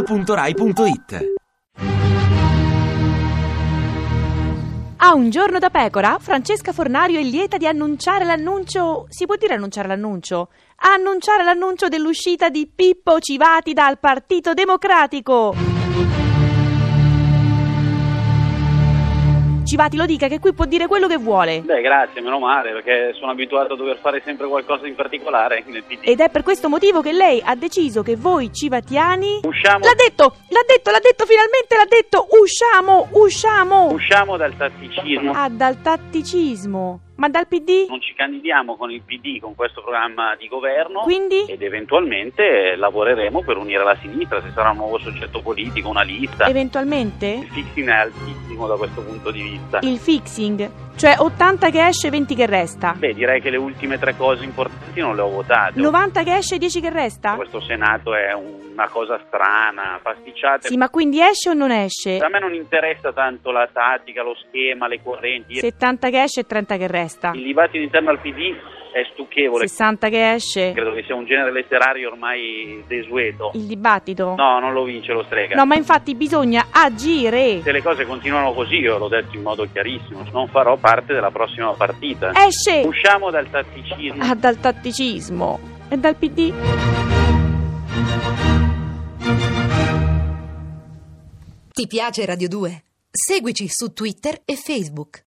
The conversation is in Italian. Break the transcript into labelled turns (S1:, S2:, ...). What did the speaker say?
S1: radio2pod.rai.it
S2: A un giorno da pecora, Francesca Fornario è lieta di annunciare l'annuncio. Si può dire annunciare l'annuncio? Annunciare l'annuncio dell'uscita di Pippo Civati dal Partito Democratico. Civati lo dica che qui può dire quello che vuole.
S3: Beh, grazie, meno male, perché sono abituato a dover fare sempre qualcosa in particolare nel PD.
S2: Ed è per questo motivo che lei ha deciso che voi civatiani.
S3: Usciamo,
S2: L'ha detto, l'ha detto, l'ha detto, finalmente l'ha detto! Usciamo, usciamo!
S3: usciamo dal tatticismo.
S2: Ah, dal tatticismo. Ma dal PD?
S3: Non ci candidiamo con il PD, con questo programma di governo.
S2: Quindi?
S3: Ed eventualmente lavoreremo per unire la sinistra, se sarà un nuovo soggetto politico, una lista.
S2: Eventualmente?
S3: Il fixing è altissimo da questo punto di vista.
S2: Il fixing, cioè 80 che esce, 20 che resta.
S3: Beh, direi che le ultime tre cose importanti non le ho votate.
S2: 90 che esce, 10 che resta?
S3: Questo Senato è una cosa strana, pasticciate.
S2: Sì, ma quindi esce o non esce?
S3: A me non interessa tanto la tattica, lo schema, le correnti.
S2: 70 che esce e 30 che resta.
S3: Il dibattito interno al PD è stucchevole.
S2: 60 che esce.
S3: Credo che sia un genere letterario ormai desueto.
S2: Il dibattito?
S3: No, non lo vince lo strega.
S2: No, ma infatti bisogna agire.
S3: Se le cose continuano così, io l'ho detto in modo chiarissimo, non farò parte della prossima partita.
S2: Esce!
S3: Usciamo dal tatticismo.
S2: Eh. Ah, dal tatticismo. E dal PD?
S4: Ti piace Radio 2? Seguici su Twitter e Facebook.